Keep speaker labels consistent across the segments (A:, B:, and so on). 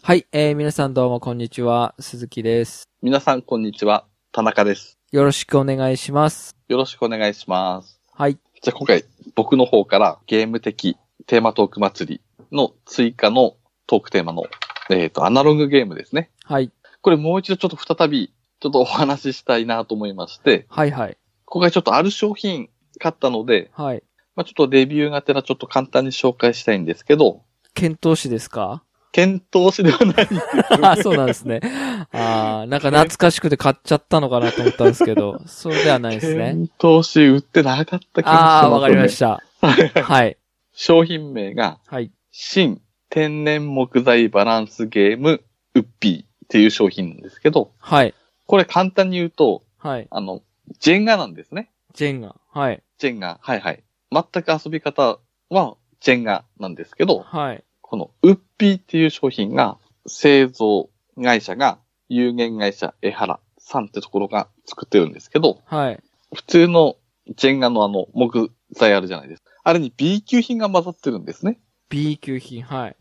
A: はい、えー、皆さんどうもこんにちは、鈴木です。
B: 皆さん、こんにちは。田中です。
A: よろしくお願いします。
B: よろしくお願いします。
A: はい、
B: じゃあ、今回、僕の方から、ゲーム的テーマトーク祭りの追加のトークテーマの、えっ、と、アナログゲームですね。
A: はい、
B: これもう一度ちょっと再び、ちょっとお話ししたいなと思いまして、
A: はい、はい、
B: 今回ちょっとある商品買ったので、
A: はい。
B: まあ、ちょっとレビューがてらちょっと簡単に紹介したいんですけど、
A: 検討士ですか
B: 検討しではないんですよ
A: あそうなんですね。あーなんか懐かしくて買っちゃったのかなと思ったんですけど、 そうではないですね。
B: 検討し売ってなかった気がします、ね。
A: ああ、わかりました。はい、
B: 商品名が、
A: はい。
B: 新天然木材バランスゲームウッピーっていう商品なんですけど、
A: はい。
B: これ簡単に言うと、
A: はい。
B: あの、ジェンガなんですね。
A: ジェンガ。はい。
B: ジェンガ。はいはい。全く遊び方はジェンガなんですけど、
A: はい。
B: このウッピーっていう商品が製造会社が有限会社江原さんってところが作ってるんですけど、
A: はい。
B: 普通のジェンガのあの木材あるじゃないですか。あれに B 級品が混ざってるんですね。
A: B 級品。はい。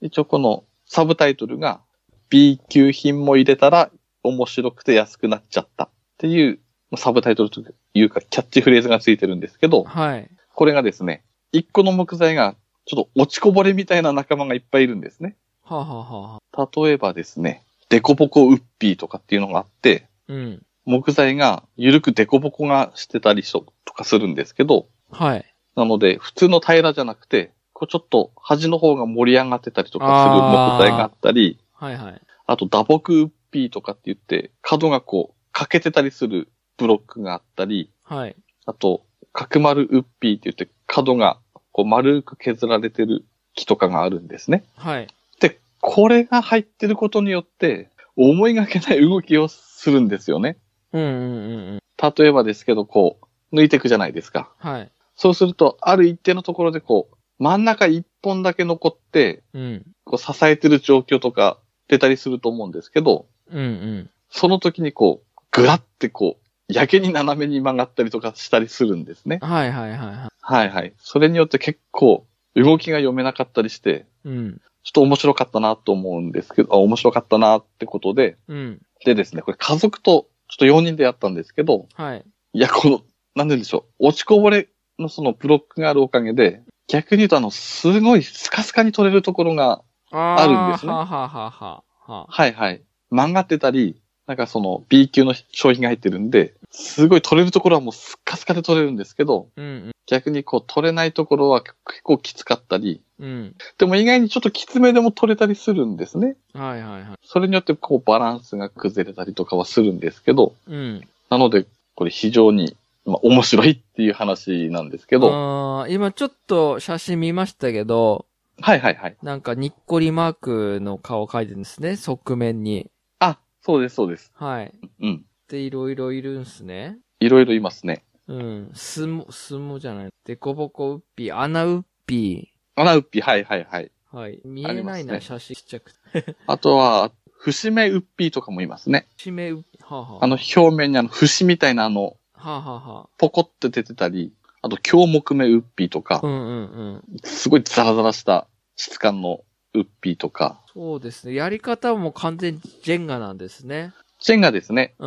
B: 一応このサブタイトルが B 級品も入れたら面白くて安くなっちゃったっていうサブタイトルというかキャッチフレーズがついてるんですけど、
A: はい。
B: これがですね、一個の木材がちょっと落ちこぼれみたいな仲間がいっぱいいるんですね。
A: はあ、はあはあはあ、
B: 例えばですね、デコボコウッピーとかっていうのがあって、
A: うん。
B: 木材が緩くデコボコがしてたりしととかするんですけど、
A: はい。
B: なので普通の平らじゃなくて、こうちょっと端の方が盛り上がってたりとかする木材があったり、
A: はいはい。
B: あと打撲ウッピーとかって言って、角がこう、欠けてたりするブロックがあったり、
A: はい。
B: あと、角丸ウッピーって言って、角がこう丸く削られてる木とかがあるんですね。
A: はい。
B: で、これが入ってることによって、思いがけない動きをするんですよね。
A: うんうんうんうん。
B: 例えばですけど、こう、抜いていくじゃないですか。
A: はい。
B: そうすると、ある一定のところでこう、真ん中一本だけ残って、
A: うん。
B: こう支えてる状況とか出たりすると思うんですけど、
A: うんうん。
B: その時にこう、ぐらってこう、やけに斜めに曲がったりとかしたりするんですね。
A: はいはいはいは
B: はいはい。それによって結構、動きが読めなかったりして、
A: い。うん。
B: ちょっと面白かったなと思うんですけど、あ、面白かったなってことで、
A: うん。
B: でですね、これ家族と、ちょっと4人でやったんですけど、
A: はい。
B: いや、この、なんで言うんでしょう、落ちこぼれのそのブロックがあるおかげで、逆に言うとあの、すごいスカスカに取れるところが、
A: あー
B: あるんですね
A: はあはあはあはあ。
B: はいはい、曲がってたり、なんかその B 級の商品が入ってるんで、すごい取れるところはもうスッカスカで取れるんですけど、
A: うん
B: 逆にこう取れないところは結構きつかったり、
A: うん。
B: でも意外にちょっときつめでも取れたりするんですね。
A: うん。はいはいはい。
B: それによってこうバランスが崩れたりとかはするんですけど、
A: うん。
B: なのでこれ非常に、まあ、面白いっていう話なんですけど、
A: あー今ちょっと写真見ましたけど、
B: はいはいはい。
A: なんかにっこりマークの顔描いてるんですね、側面に。
B: あ、そうですそうです。
A: はい。
B: うん。
A: で、いろいろいるんすね。
B: いろいろいますね。
A: うん。すも、すもじゃない。でこぼこうっぴー、穴うっぴ
B: 穴うっぴ、はいはいはい。
A: ー。はい。見えな
B: あり
A: い
B: ます
A: な、
B: ね
A: 写真ちっちゃくて。
B: あとは、節目うっぴーとかもいますね。
A: 締めうっぴー。はあはあ
B: あの、表面にあの、節みたいなあの、
A: はあはあは
B: ポコって出てたり、あと、強木目ウッピーとか
A: あ。う、んうんうん。
B: すごいザラザラした質感のウッピーとか、
A: そうですね。やり方も完全にジェンガなんですね。
B: チェンがですね、
A: うん。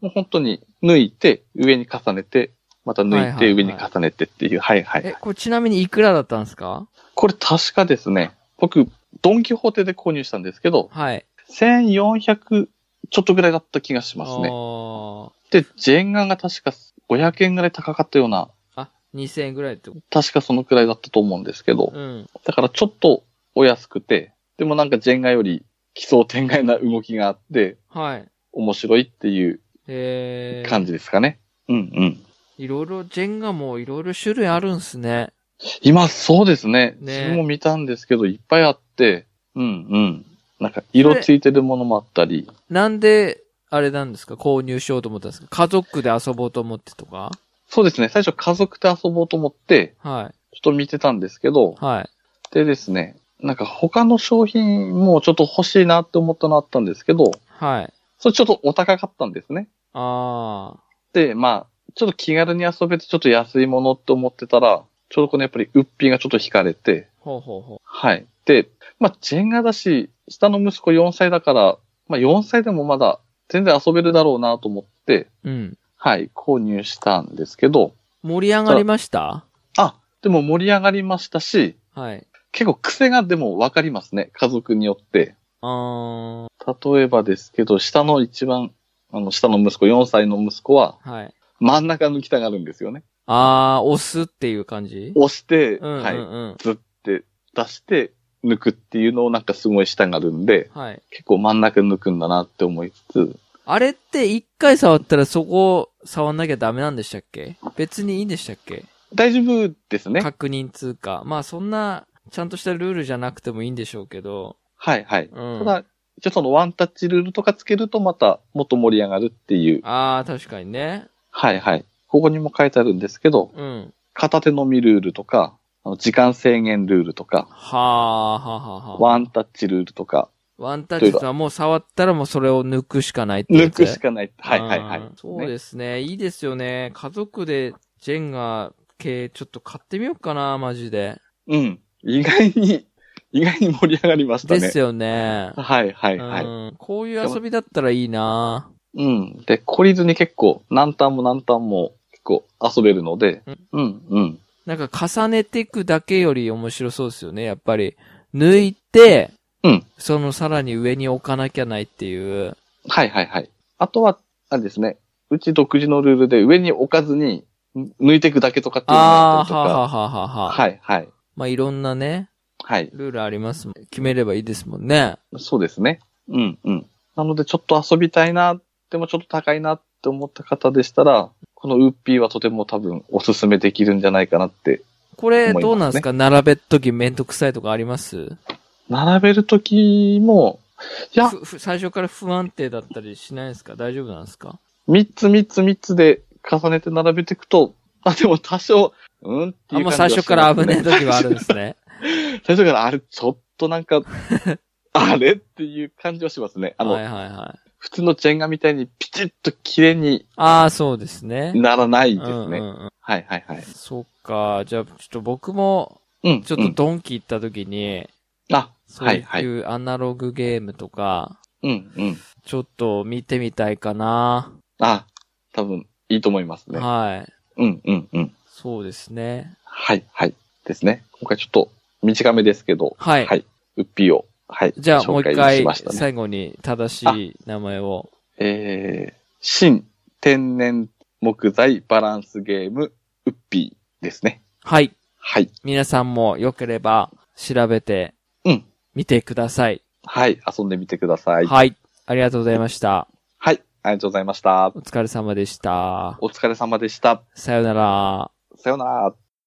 B: もう本当に抜いて、上に重ねて、また抜い
A: はい
B: て、
A: はい
B: 上
A: はい
B: に重ねてっていう、はいはい。
A: え、これちなみにいくらだったんですか
B: これ確かですね、僕、ドンキホーテで購入したんですけど、
A: はい。
B: 1400ちょっとぐらいだった気がします
A: あ
B: ね。
A: ー
B: で、ジェンガが確か500円ぐらい高かったような、
A: あ、2000円ぐらいってこ
B: 確かそのくらいだったと思うんですけど
A: と。、うん。
B: だからちょっとお安くて、でもなんかジェンガより奇想天外な動きがあって、
A: はい。
B: 面白いっていう
A: えー、
B: 感じですかね。うんうん。
A: いろいろ、ジェンガもいろいろ種類あるんすね。
B: 今そうですね。
A: ね
B: 自分も見たんですけど、いっぱいあって、うんうん。なんか色ついてるものもあったり、
A: なんで、あれなんですか購入しようと思ったんですか家族で遊ぼうと思ってとか
B: そうですね。最初家族で遊ぼうと思って、
A: は
B: ちょっと見てたんですけど
A: い。、はい。
B: でですね、なんか他の商品もちょっと欲しいなって思ったのあったんですけど、
A: はい。
B: それちょっとお高かったんですね。
A: あ
B: で、まあ、ちょっと気軽に遊べて、ちょっと安いものって思ってたら、ちょうどこのやっぱり、ウッピーがちょっと惹かれて、
A: ー。ほうほうほ
B: はい。で、まあ、ジェンガだし、下の息子4歳だから、まあ4歳でもまだ全然遊べるだろうなと思って、
A: うん。
B: はい、購入したんですけど、
A: 盛り上がりました
B: あ、でも盛り上がりましたし、
A: はい。
B: 結構癖がでもわかりますね、家族によって。
A: あー、
B: 例えばですけど、下の一番、あの、下の息子、4歳の息子は、
A: はい。
B: 真ん中抜きたがるんですよね。
A: あー、押すっていう感じ
B: 押して、
A: うんうん
B: はい、
A: うん。
B: 出して、抜くっていうのをなんかすごいしたがるんで、
A: はい。
B: 結構真ん中抜くんだなって思いつつ、
A: あれって一回触ったらそこ触んなきゃダメなんでしたっけ別にいいんでしたっけ
B: 大丈夫ですね。
A: 確認通過。まあそんな、ちゃんとしたルールじゃなくてもいいんでしょうけど。
B: はいはい。
A: うん。
B: ただ、一応そのワンタッチルールとかつけるとまたもっと盛り上がるっていう。
A: ああ、確かにね。
B: はいはい。ここにも書いてあるんですけど、
A: うん。
B: 片手飲みルールとか、あの時間制限ルールとか、
A: はあ、はあはあはあ。
B: ワンタッチルールとか、
A: ワンタッチとはもう触ったらもうそれを抜くしかないってや
B: 抜
A: つ
B: くしかない。はいはいは
A: あ
B: い
A: ー。そう
B: ね
A: ですね。いいですよね。家族でジェンガ系ちょっと買ってみようかな、マジで。
B: うん。意外に、意外に盛り上がりました
A: で
B: ね。
A: すよね。
B: はいはいはい。
A: うん。こういう遊びだったらいいな
B: うん。で、懲りずに結構、何ターンも何ターンも結構遊べるので、うん、うん。
A: なんか重ねていくだけより面白そうですよね、やっぱり。抜いて、
B: うん
A: そのさらに上に置かなきゃないっていう。
B: はいはいはい。あとは、あれですね。うち独自のルールで上に置かずに、ん抜いていくだけとかっていうのをや
A: あ
B: っ
A: あ、
B: た
A: はあは
B: りと
A: あはあはあ
B: か。
A: はあ。
B: はいはい。
A: まあ、いろんなね、
B: はい。
A: ルールありますもん。決めればいいですもんね。
B: そうですね。うんうん。なのでちょっと遊びたいな、でもちょっと高いなって思った方でしたら、このウーピーはとても多分おすすめできるんじゃないかなって。
A: これ、どうなんですか並べっときめんどくさいとかあります
B: 並べるときも、いや、
A: ふふ最初から不安定だったりしないですか大丈夫なんですか
B: 三つ三つ三つで重ねて並べていくと、 あ、でも多少、うんって
A: あ、
B: いう感じ
A: もう
B: は
A: 最初から危ねえ
B: します
A: 時はあるんですね。
B: 最初からあれ、ちょっとなん か、あれっていう感じはしますね。 あの、
A: はいはいはい。
B: 普通のジェンガみたいにピチッと綺麗に
A: ああ、そうですね。
B: ならないですね。
A: うんうんうん
B: はいはいはい。
A: そっか。じゃあ、ちょっと僕も、
B: うん。
A: ちょっ
B: う
A: と
B: ん
A: ドンキ行った時に、
B: あ、
A: そ
B: は
A: う
B: いはい。
A: いうアナログゲームとか、
B: うんうん。
A: ちょっと見てみたいかな。
B: あ、多分いいと思いますね。
A: はい。
B: うんうんうん。
A: そうですね。
B: はいはい。ですね。今回ちょっと短めですけど、
A: はい。
B: はいウッピーを、はい。
A: じゃあもう
B: 紹
A: 一
B: 介し
A: 回
B: ましたね。
A: 最後に正しい名前を。
B: えー、新天然木材バランスゲーム、ウッピーですね。
A: はい。
B: はい。
A: 皆さんも良ければ調べて
B: うん。
A: みてください。
B: はい。遊んでみてください。はい。
A: はい。ありがとうございました。
B: ありがとうございました
A: お。疲れ様でした。
B: お疲れ様でした。
A: さようなら。
B: さようなら。